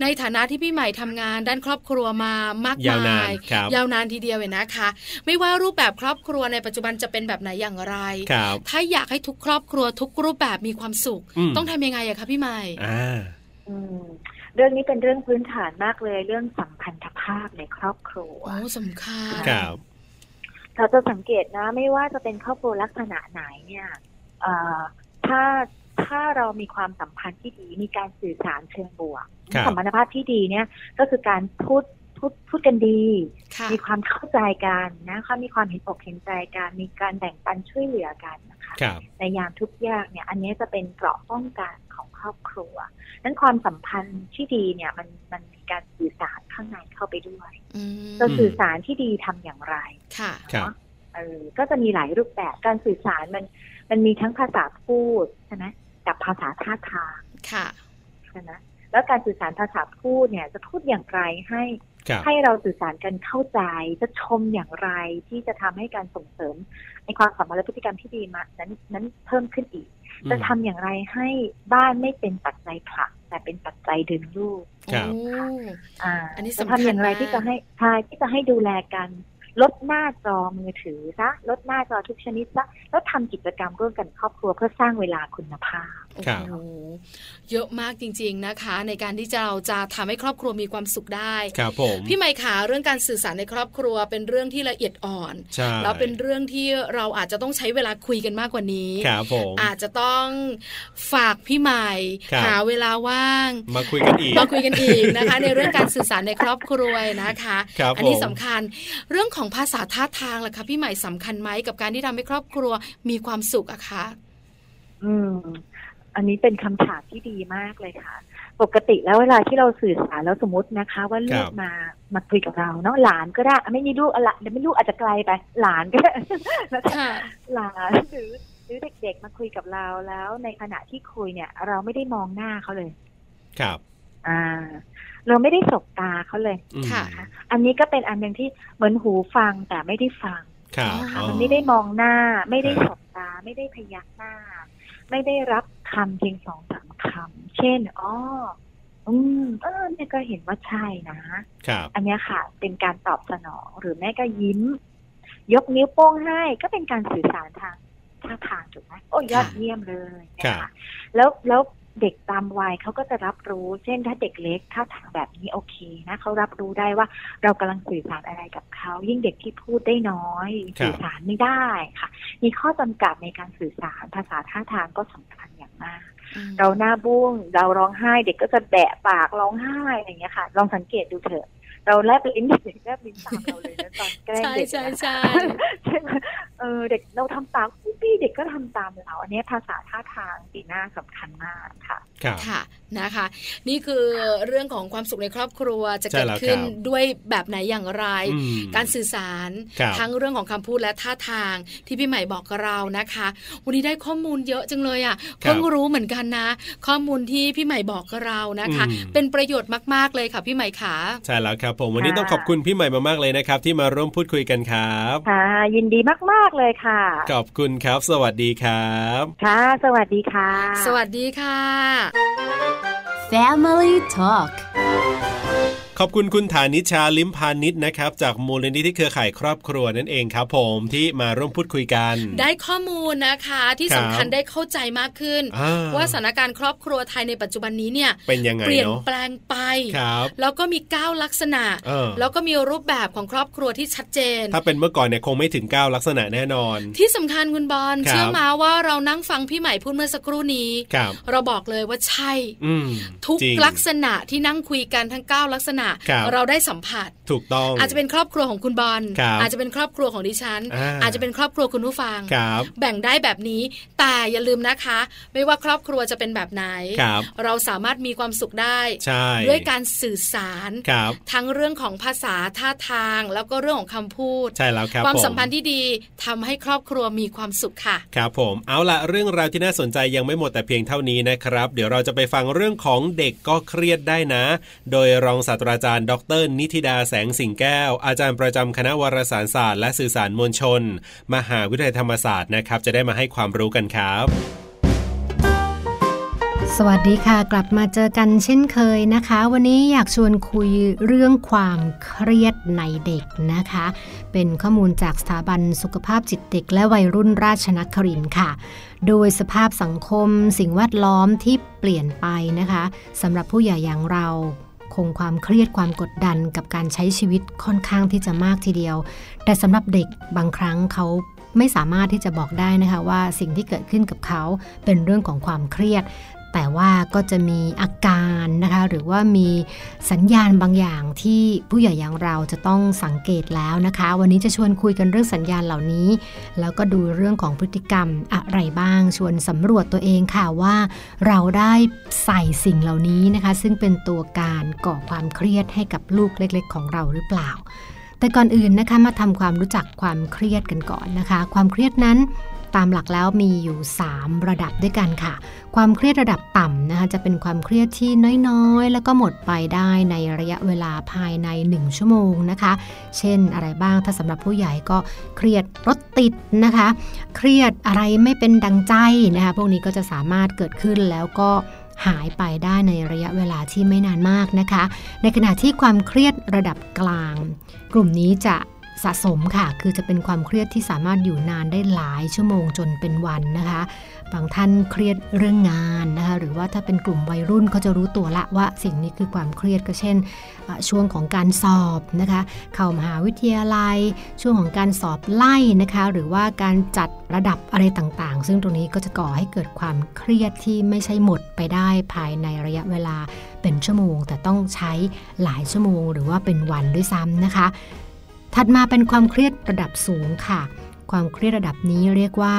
[SPEAKER 2] ในฐานะที่พี่ใหม่ทำงานด้านครอบครัวมามาก
[SPEAKER 5] ยาว
[SPEAKER 2] มาน
[SPEAKER 5] าย นครับ
[SPEAKER 2] ยาวนานทีเดียวเลยนะคะ ไม่ว่ารูปแบบครอบครัวในปัจจุบันจะเป็นแบบไหนอย่างไร
[SPEAKER 5] ครับ
[SPEAKER 2] ถ้าอยากให้ทุกครอบครัวทุกรูปแบบมีความสุข
[SPEAKER 5] อืม
[SPEAKER 2] ต้องทำยังไงอะคะพี่ใหม่
[SPEAKER 5] อ่า
[SPEAKER 4] อืม เรื่องนี้เป็นเรื่องพื้นฐานมากเลย เรื่องสัมพันธภาพในครอบครัว
[SPEAKER 2] โอ้สำคัญ
[SPEAKER 5] ครับ
[SPEAKER 4] เราจะสังเกตนะไม่ว่าจะเป็นครอบครัวลักษณะไหนเนี่ยเอ่อถ้าถ้าเรามีความสัมพันธ์ที่ดีมีการสื่อสารเชิงบวก
[SPEAKER 5] ครับ
[SPEAKER 4] สัมพันธภาพที่ดีเนี่ยก็คือการพูดพูดพูดกันดี
[SPEAKER 2] ค่ะ
[SPEAKER 4] มีความเข้าใจกันนะคะมีความเห็นอกเห็นใจกันมีการแบ่งปันช่วยเหลือกันนะคะ
[SPEAKER 5] ครับ
[SPEAKER 4] ในยามทุกข์ยากเนี่ย อันนี้จะเป็นเกราะป้องกันของครอบครัวนั้นความสัมพันธ์ที่ดีเนี่ยมันมันมีการสื่อสารข้างในเข้าไปด้วย
[SPEAKER 2] อืม
[SPEAKER 4] จะสื่อสารที่ดีทำอย่างไร
[SPEAKER 2] ค่ะ
[SPEAKER 5] ครับ
[SPEAKER 4] เออก็จะมีหลายรูปแบบการสื่อสารมันมันมีทั้งภาษาพูดใช่ไหมกับภาษาท่าทาง
[SPEAKER 2] ค่ะ
[SPEAKER 4] ใช่ไหมแล้วการสื่อสารภาษาพูดเนี่ยจะพูดอย่างไรให้
[SPEAKER 5] ครับ
[SPEAKER 4] ให้เราสื่อสารกันเข้าใจ จะชมอย่างไรที่จะทำให้การส่งเสริมในความสัมพันธ์และพฤติกรรมที่ดีมานั้นนั้นเพิ่มขึ้นอีก จะทำอย่างไรให้บ้านไม่เป็นปัจจัยผลักแต่เป็นปัจจัยดึงลูก
[SPEAKER 5] ครับ
[SPEAKER 2] โอ้
[SPEAKER 4] อ่า
[SPEAKER 2] อันนี้
[SPEAKER 4] จะ
[SPEAKER 2] สำคัญ
[SPEAKER 4] ทำอย่างไร
[SPEAKER 2] มาก
[SPEAKER 4] ที่จะให้ทายที่จะให้ดูแลกัน ลดหน้าจอมือถือซะลดหน้าจอทุกชนิดซะแล้วทำกิจกรรมร่วมกันครอบครัวเพื่อสร้างเวลาคุณภาพ
[SPEAKER 2] โอ้
[SPEAKER 5] ครับ
[SPEAKER 2] โหเยอะมากจริง ๆนะคะ ในการที่เราจะทำให้ครอบครัวมีความสุขได้
[SPEAKER 5] ครับผม
[SPEAKER 2] พี่ไมค์ขาเรื่องการสื่อสารในครอบครัวเป็นเรื่องที่ละเอียดอ่อน
[SPEAKER 5] ใช่
[SPEAKER 2] แล้วเป็นเรื่องที่เราอาจจะต้องใช้เวลาคุยกันมากกว่านี้
[SPEAKER 5] ครับผม
[SPEAKER 2] อาจจะต้องฝากพี่ใหม่
[SPEAKER 5] ครับ
[SPEAKER 2] หาเวลาว่าง
[SPEAKER 5] มาคุยกันอีก
[SPEAKER 2] มาคุยกันอีกนะคะ ในเรื่องการสื่อสารในครอบครัวนะคะ
[SPEAKER 5] ครับ
[SPEAKER 2] อันี้
[SPEAKER 5] ผม
[SPEAKER 2] สำคัญเรื่องของภาษาท่าทางล่ะคะพี่ใหม่สำคัญไหมกับการที่ทำให้ครอบครัวมีความสุขอะคะ
[SPEAKER 4] อืม อันนี้เป็นคำถามที่ดีมากเลยค่ะ ปกติแล้วเวลาที่เราสื่อสารแล้วสมมตินะคะ ว่าลูก
[SPEAKER 5] ครับ
[SPEAKER 4] มามาคุยกับเราเนาะหลานก็ได้อ่ะไม่มีลูกอะละเดี๋ยวไม่ลูกอาจจะไกลไป หลานก็ได้
[SPEAKER 2] ค่ะ
[SPEAKER 4] หลานหรือหรือเด็กๆมาคุยกับเราแล้วในขณะที่คุยเนี่ย เราไม่ได้มองหน้าเขาเลย
[SPEAKER 5] ครับ
[SPEAKER 4] อ่า เราไม่ได้สบตาเขาเลย
[SPEAKER 5] อืม
[SPEAKER 2] ค่ะ
[SPEAKER 4] อันนี้ก็เป็นอันหนึ่งที่เหมือนหูฟังแต่ไม่ได้ฟัง
[SPEAKER 5] ครับ
[SPEAKER 2] อ๋อ
[SPEAKER 5] อ๋อ
[SPEAKER 4] มันไม่ได้มองหน้า ไม่ได้
[SPEAKER 5] ครั
[SPEAKER 4] ส
[SPEAKER 5] บ
[SPEAKER 4] บตา ไม่ได้พยักหน้า ไม่ได้รับคำเพียงสองสามคำเช่นอ๋ออืมเออเนี่ยก็เห็นว่าใช่นะ
[SPEAKER 5] ครับ
[SPEAKER 4] อันเนี้ยค่ะ เป็นการตอบสนองหรือแม่ก็ยิ้ม ยกนิ้วโป้งให้ ก็เป็นการสื่อสารทางท่าทางถูกไหมโอ้ยยอดเยี่ยมเลยเนี่ยค่ะ แล้วแล้วเด็กตามวัยเขาก็จะรับรู้ เช่นถ้าเด็กเล็กท่าทางแบบนี้โอเคนะเขารับรู้ได้ว่าเรากำลังสื่อสารอะไรกับเขายิ่งเด็กที่พูดได้น้อย สื่อสารไม่ได้ค่ะ มีข้อจำกัดในการสื่อสารภาษาท่าทางก็สำคัญอย่างมาก
[SPEAKER 2] อืม
[SPEAKER 4] เราหน้าบุ้งเราร้องไห้ เด็กก็จะแบะปากร้องไห้อะไรอย่างเงี้ยค่ะ ลองสังเกตดูเถอะ เราแลบลิ้นเด็กแลบลิ้นตามเราเลยนะตอนแกล้ง
[SPEAKER 2] ใช่
[SPEAKER 4] เด็ก
[SPEAKER 2] ใช่
[SPEAKER 4] อะ
[SPEAKER 2] ใช่
[SPEAKER 4] ใช่ไหม เออเด็กเราทำตามปุ๊บพี่เด็กก็ทำตามเรา อันเนี้ยภาษาท่าทางสีหน้าสำคัญมากค่ะ
[SPEAKER 5] ครับ
[SPEAKER 2] ค่ะนะคะ นี่คือเรื่องของความสุขในครอบครัวจะ
[SPEAKER 5] ใช่
[SPEAKER 2] เกิด
[SPEAKER 5] แล้ว
[SPEAKER 2] ขึ้น
[SPEAKER 5] ครับ
[SPEAKER 2] ด้วยแบบไหนอย่างไร
[SPEAKER 5] อืม
[SPEAKER 2] การสื่อสาร
[SPEAKER 5] ครับ
[SPEAKER 2] ทั้งเรื่องของคำพูดและท่าทางที่พี่ใหม่บอกกับเรานะคะ วันนี้ได้ข้อมูลเยอะจังเลยอะ่ะเพิ่งรู้เหมือนกันนะ ข้อมูลที่พี่ใหม่บอกกับเรานะคะ
[SPEAKER 5] อืม
[SPEAKER 2] เป็นประโยชน์มาก ๆ เลยค่ะพี่ใหม่ขา
[SPEAKER 5] ใช่แล้วครับผมวันนี้
[SPEAKER 4] ค่ะ
[SPEAKER 5] ต้องขอบคุณพี่ใหม่มากๆเลยนะครับ ที่มาร่วมพูดคุยกันครับ
[SPEAKER 4] ค่ะ ยินดีมาก ๆ เลยค่ะ
[SPEAKER 5] ขอบคุณครับ สวัสดีครับ
[SPEAKER 4] ค่ะ สวัสดีค่ะ
[SPEAKER 2] สวัสดีค่ะ
[SPEAKER 1] Family Talk
[SPEAKER 5] ขอบคุณคุณฐานิชาลิมพานิชนะครับ จากมูลนิธิเครือข่ายครอบครัวนั่นเองครับผมที่มาร่วมพูดคุยกัน
[SPEAKER 2] ได้ข้อมูลนะคะที่
[SPEAKER 5] ครับ
[SPEAKER 2] สำคัญได้เข้าใจมากขึ้น
[SPEAKER 5] อ่
[SPEAKER 2] ว่าสถานการณ์ครอบครัวไทยในปัจจุบันนี้เนี่ย
[SPEAKER 5] เป็นยังไง
[SPEAKER 2] เปลี่ยน
[SPEAKER 5] เนาะ
[SPEAKER 2] แปลงไป
[SPEAKER 5] ครับ
[SPEAKER 2] แล้วก็มี 9 ลักษณะ
[SPEAKER 5] เออ
[SPEAKER 2] แล้วก็มีรูปแบบของครอบครัวที่ชัดเจน
[SPEAKER 5] ถ้าเป็นเมื่อก่อนเนี่ยคงไม่ถึง 9 ลักษณะแน่นอน
[SPEAKER 2] ที่สำคัญคุณบอล
[SPEAKER 5] ครับ
[SPEAKER 2] เชื่อมาว่าเรานั่งฟังพี่ใหม่พูดเมื่อสักครู่นี้
[SPEAKER 5] ครับ
[SPEAKER 2] เราบอกเลยว่าใช่
[SPEAKER 5] อืม
[SPEAKER 2] ทุก
[SPEAKER 5] จริง
[SPEAKER 2] ลักษณะที่นั่งคุยกันทั้ง 9 ลักษณะ
[SPEAKER 5] ครับ
[SPEAKER 2] เราได้สัมผัส
[SPEAKER 5] ถูกต้อง
[SPEAKER 2] อาจจะเป็นครอบครัวของคุณบอล
[SPEAKER 5] ครับ
[SPEAKER 2] อาจจะเป็นครอบครัวของดิฉัน
[SPEAKER 5] อ่า
[SPEAKER 2] อาจจะเป็นครอบครัวคุณผู้ฟัง
[SPEAKER 5] ครับ
[SPEAKER 2] แบ่งได้แบบนี้ แต่อย่าลืมนะคะ ไม่ว่าครอบครัวจะเป็นแบบไหน
[SPEAKER 5] ครับ
[SPEAKER 2] เราสามารถมีความสุขได้
[SPEAKER 5] ใช่
[SPEAKER 2] ด้วยการสื่อสาร
[SPEAKER 5] ครับ
[SPEAKER 2] ทั้งเรื่องของภาษาท่าทาง แล้วก็เรื่องของคำพูด
[SPEAKER 5] ใช่แล้วครับ
[SPEAKER 2] ความ
[SPEAKER 5] ผ
[SPEAKER 2] สัมพันธ์ที่ดีทำให้ครอบครัวมีความสุขค่ะ
[SPEAKER 5] ครับผมเอาละเรื่องราวที่น่าสนใจยังไม่หมดแต่เพียงเท่านี้นะครับ เดี๋ยวเราจะไปฟังเรื่องของเด็กก็เครียดได้นะ โดยรองศาสตราจารย์ดร นิติดาแสงสิงแก้ว อาจารย์ประจำคณะวารสารศาสตร์และสื่อสารมวลชน มหาวิทยาลัยธรรมศาสตร์นะครับ จะได้มาให้ความรู้กันครับ
[SPEAKER 6] สวัสดีค่ะ กลับมาเจอกันเช่นเคยนะคะ วันนี้อยากชวนคุยเรื่องความเครียดในเด็กนะคะ เป็นข้อมูลจากสถาบันสุขภาพจิตเด็ก และวัยรุ่นราชนครินทร์ค่ะ โดยสภาพสังคมสิ่งแวดล้อมที่เปลี่ยนไปนะคะสำหรับผู้ใหญ่อย่างเรา คงความเครียดความกดดันกับการใช้ชีวิตค่อนข้างที่จะมากทีเดียว แต่สำหรับเด็กบางครั้งเขาไม่สามารถที่จะบอกได้นะคะว่าสิ่งที่เกิดขึ้นกับเขาเป็นเรื่องของความเครียด แต่ว่าก็จะมีอาการนะคะ หรือว่ามีสัญญาณบางอย่างที่ผู้ใหญ่อย่างเราจะต้องสังเกตแล้วนะคะ วันนี้จะชวนคุยกันเรื่องสัญญาณเหล่านี้ แล้วก็ดูเรื่องของพฤติกรรมอะไรบ้าง ชวนสำรวจตัวเองค่ะว่า เราได้ใส่สิ่งเหล่านี้นะคะ ซึ่งเป็นตัวการก่อความเครียดให้กับลูกเล็กๆ ของเราหรือเปล่า แต่ก่อนอื่นนะคะมาทำความรู้จักความเครียดกันก่อนนะคะ ความเครียดนั้นตามหลักแล้วมีอยู่ 3 ระดับด้วยกันค่ะ ความเครียดระดับต่ำนะคะจะเป็นความเครียดที่น้อยๆ แล้วก็หมดไปได้ในระยะเวลาภายใน 1 ชั่วโมงนะคะ เช่นอะไรบ้างถ้าสำหรับผู้ใหญ่ก็เครียดรถติดนะคะ เครียดอะไรไม่เป็นดังใจนะคะ พวกนี้ก็จะสามารถเกิดขึ้นแล้วก็หายไปได้ในระยะเวลาที่ไม่นานมากนะคะ ในขณะที่ความเครียดระดับกลาง กลุ่มนี้จะสะสมค่ะ คือจะเป็นความเครียดที่สามารถอยู่นานได้หลายชั่วโมงจนเป็นวันนะคะ บางท่านเครียดเรื่องงานนะคะ หรือว่าถ้าเป็นกลุ่มวัยรุ่นก็จะรู้ตัวละว่าสิ่งนี้คือความเครียดก็เช่นอ่ะช่วงของการสอบนะคะ เข้ามหาวิทยาลัย ช่วงของการสอบไล่นะคะ หรือว่าการจัดระดับอะไรต่างๆ ซึ่งตรงนี้ก็จะก่อให้เกิดความเครียดที่ไม่ใช่หมดไปได้ภายในระยะเวลาเป็นชั่วโมง แต่ต้องใช้หลายชั่วโมง หรือว่าเป็นวันด้วยซ้ำนะคะ ถัดมาเป็นความเครียดระดับสูงค่ะ ความเครียดระดับนี้เรียกว่า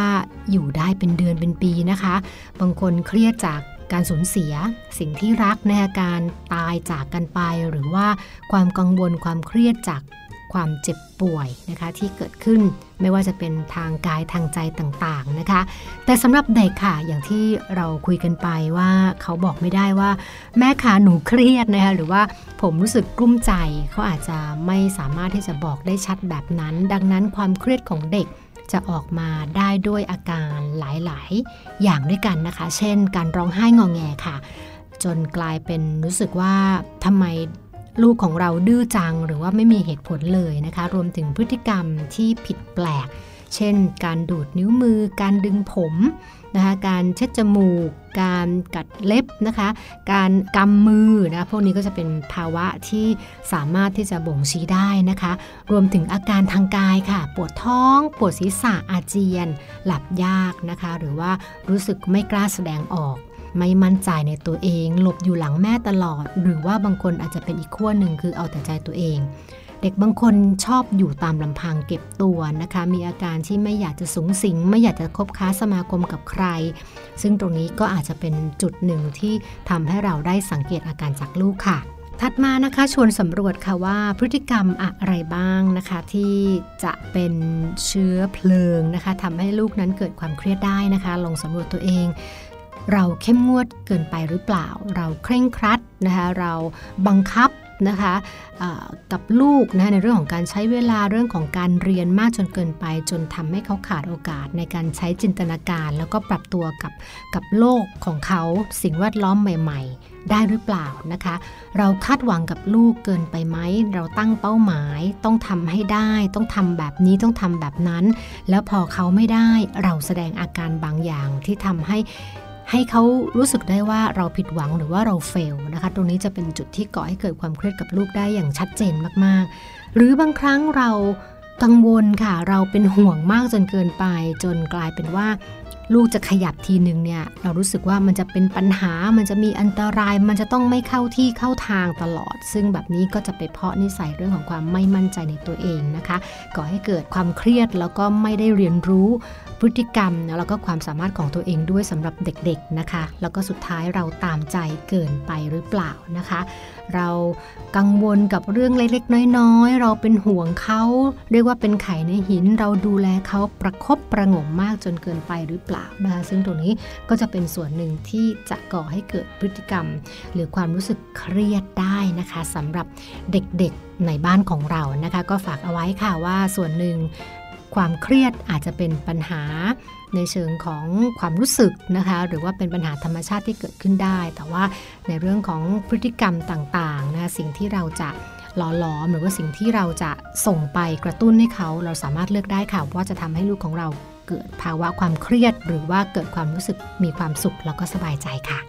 [SPEAKER 6] อยู่ได้เป็นเดือนเป็นปีนะคะ บางคนเครียดจากการสูญเสีย สิ่งที่รักในอาการตายจากกันไป หรือว่าความกังวลความเครียดจากความเจ็บป่วยนะคะที่เกิดขึ้นไม่ว่าจะเป็นทางกายทางใจต่างๆนะคะ แต่สำหรับเด็กค่ะอย่างที่เราคุยกันไปว่าเขาบอกไม่ได้ว่า แม่ขาหนูเครียดนะคะหรือว่าผมรู้สึกกลุ้มใจเขาอาจจะไม่สามารถที่จะบอกได้ชัดแบบนั้น ดังนั้นความเครียดของเด็กจะออกมาได้ด้วยอาการหลายๆ อย่างด้วยกันนะคะ เช่น การร้องไห้งอแงค่ะ จนกลายเป็นรู้สึกว่าทำไมลูกของเราดื้อจังหรือว่าไม่มีเหตุผลเลยนะคะ รวมถึงพฤติกรรมที่ผิดแปลก เช่น การดูดนิ้วมือ การดึงผมนะคะ การเช็ดจมูก การกัดเล็บนะคะ การกำมือนะพวกนี้ก็จะเป็นภาวะที่สามารถที่จะบ่งชี้ได้นะคะ รวมถึงอาการทางกายค่ะ ปวดท้อง ปวดศีรษะอาเจียน หลับยากนะคะ หรือว่ารู้สึกไม่กล้าแสดงออก ไม่มั่นใจในตัวเอง หลบอยู่หลังแม่ตลอด หรือว่าบางคนอาจจะเป็นอีกขั้วหนึ่งคือเอาแต่ใจตัวเอง เด็กบางคนชอบอยู่ตามลำพังเก็บตัวนะคะ มีอาการที่ไม่อยากจะสูงสิง ไม่อยากจะคบค้าสมาคมกับใคร ซึ่งตรงนี้ก็อาจจะเป็นจุดหนึ่งที่ทำให้เราได้สังเกตอาการจากลูกค่ะ ถัดมานะคะชวนสำรวจค่ะว่าพฤติกรรมอะไรบ้างนะคะ ที่จะเป็นเชื้อเพลิงนะคะทำให้ลูกนั้นเกิดความเครียดได้นะคะ ลองสำรวจตัวเอง เราเข้มงวดเกินไปหรือเปล่า เราเคร่งครัดนะคะเราบังคับนะคะเอ่อกับลูกนะในเรื่องของการใช้เวลาเรื่องของการเรียนมากจนเกินไป จนทำให้เขาขาดโอกาสในการใช้จินตนาการ แล้วก็ปรับตัวกับกับโลกของเขาสิ่งแวดล้อมใหม่ ๆ ได้หรือเปล่านะคะ เราคาดหวังกับลูกเกินไปไหม เราตั้งเป้าหมายต้องทำให้ได้ ต้องทำแบบนี้ต้องทำแบบนั้น แล้วพอเขาไม่ได้เราแสดงอาการบางอย่างที่ทำให้ ให้เขารู้สึกได้ว่าเราผิดหวังหรือว่าเราเฟลนะคะ ตรงนี้จะเป็นจุดที่ก่อให้เกิดความเครียดกับลูกได้อย่างชัดเจนมากๆ หรือบางครั้งเรากังวลค่ะ เราเป็นห่วงมากจนเกินไป จนกลายเป็นว่า ลูกจะขยับทีหนึ่งเนี่ย เรารู้สึกว่ามันจะเป็นปัญหา มันจะมีอันตราย มันจะต้องไม่เข้าที่เข้าทางตลอด ซึ่งแบบนี้ก็จะไปเพาะนิสัยเรื่องของความไม่มั่นใจในตัวเองนะคะ ก่อให้เกิดความเครียดแล้วก็ไม่ได้เรียนรู้ พฤติกรรมนะแล้วก็ความสามารถของตัวเองด้วยสำหรับเด็กๆนะคะ แล้วก็สุดท้ายเราตามใจเกินไปหรือเปล่านะคะ เรากังวลกับเรื่องเล็กๆ น้อยๆ เราเป็นห่วงเขา เรียกว่าเป็นไข่ในหิน เราดูแลเขาประคบประหงมมากจนเกินไปหรือเปล่านะคะ ซึ่งตรงนี้ก็จะเป็นส่วนหนึ่งที่จะก่อให้เกิดพฤติกรรม หรือความรู้สึกเครียดได้นะคะสำหรับเด็กๆในบ้านของเรานะคะ ก็ฝากเอาไว้ค่ะว่าส่วนหนึ่ง ความเครียดอาจจะเป็นปัญหาในเชิงของความรู้สึกนะคะ หรือว่าเป็นปัญหาธรรมชาติที่เกิดขึ้นได้ แต่ว่าในเรื่องของพฤติกรรมต่างๆนะสิ่งที่เราจะหล่อหลอมหรือว่าสิ่งที่เราจะส่งไปกระตุ้นให้เขา เราสามารถเลือกได้ค่ะว่าจะทำให้ลูกของเราเกิดภาวะความเครียด หรือว่าเกิดความรู้สึกมีความสุขแล้วก็สบายใจค่ะ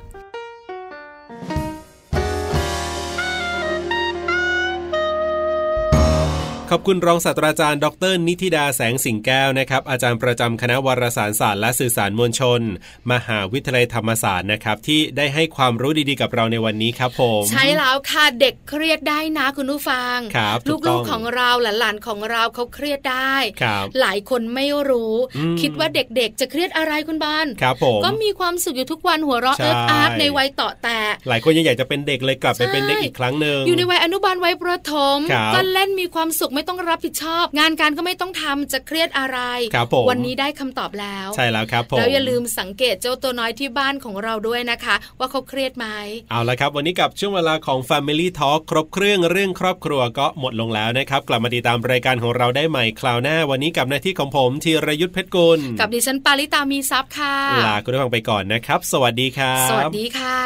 [SPEAKER 5] ขอบคุณรองศาสตราจารย์ดร นิติดาแสงสิงแก้วนะครับ อาจารย์ประจำคณะวารสารศาสตร์และสื่อสารมวลชน มหาวิทยาลัยธรรมศาสตร์นะครับ ที่ได้ให้ความรู้ดีๆกับเราในวันนี้ครับผม
[SPEAKER 2] ใช่แล้วค่ะเด็กเครียดได้นะคุณผู้ฟัง
[SPEAKER 5] ครับถูกต้
[SPEAKER 2] ลู
[SPEAKER 5] อง
[SPEAKER 2] กๆของเราหลานๆของเราเขาเครียดได้
[SPEAKER 5] ครับ
[SPEAKER 2] หลายคนไม่รู้
[SPEAKER 5] อืม
[SPEAKER 2] คิดว่าเด็กๆ จะเครียดอะไรคุณบาน
[SPEAKER 5] ครับผม
[SPEAKER 2] ก็มีความสุขอยู่ทุกวันหัวเราะ
[SPEAKER 5] ใช่
[SPEAKER 2] เอิบอาร์ตในวัยต่อแต่
[SPEAKER 5] หลายคนยังอยากจะเป็นเด็กเลยกลับไป
[SPEAKER 2] ใช่
[SPEAKER 5] เป็นเด็กอีกครั้งหนึ่ง
[SPEAKER 2] อยู่ในวัยอนุบาลวัยประถม
[SPEAKER 5] ครับ
[SPEAKER 2] ก็เล่นมีความสุขไม่ต้องรับผิดชอบ งานการก็ไม่ต้องทำจะเครียดอะไร
[SPEAKER 5] ครับผม
[SPEAKER 2] วันนี้ได้คำตอบแล้ว
[SPEAKER 5] ใช่แล้วครับผม
[SPEAKER 2] แล้วอย่าลืมสังเกตเจ้าตัวน้อยที่บ้านของเราด้วยนะคะ ว่าเขาเครียดไหม
[SPEAKER 5] เอาละครับ วันนี้กับช่วงเวลาของ Family Talk ครบเครื่องเรื่องครอบครัวก็หมดลงแล้วนะครับ กลับมาติดตามรายการของเราได้ใหม่คราวหน้า วันนี้กับหน้าที่ของผมธีรยุทธเพชรกุล
[SPEAKER 2] กับดิฉันปาริตามีซับค่ะ
[SPEAKER 5] ลาคุณผู้ฟังไปก่อนนะครับ สวัสดีครับ
[SPEAKER 2] สวัสดีค่ะ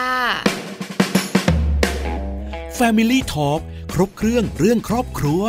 [SPEAKER 3] Family Talk ครบเครื่องเรื่องครอบครัว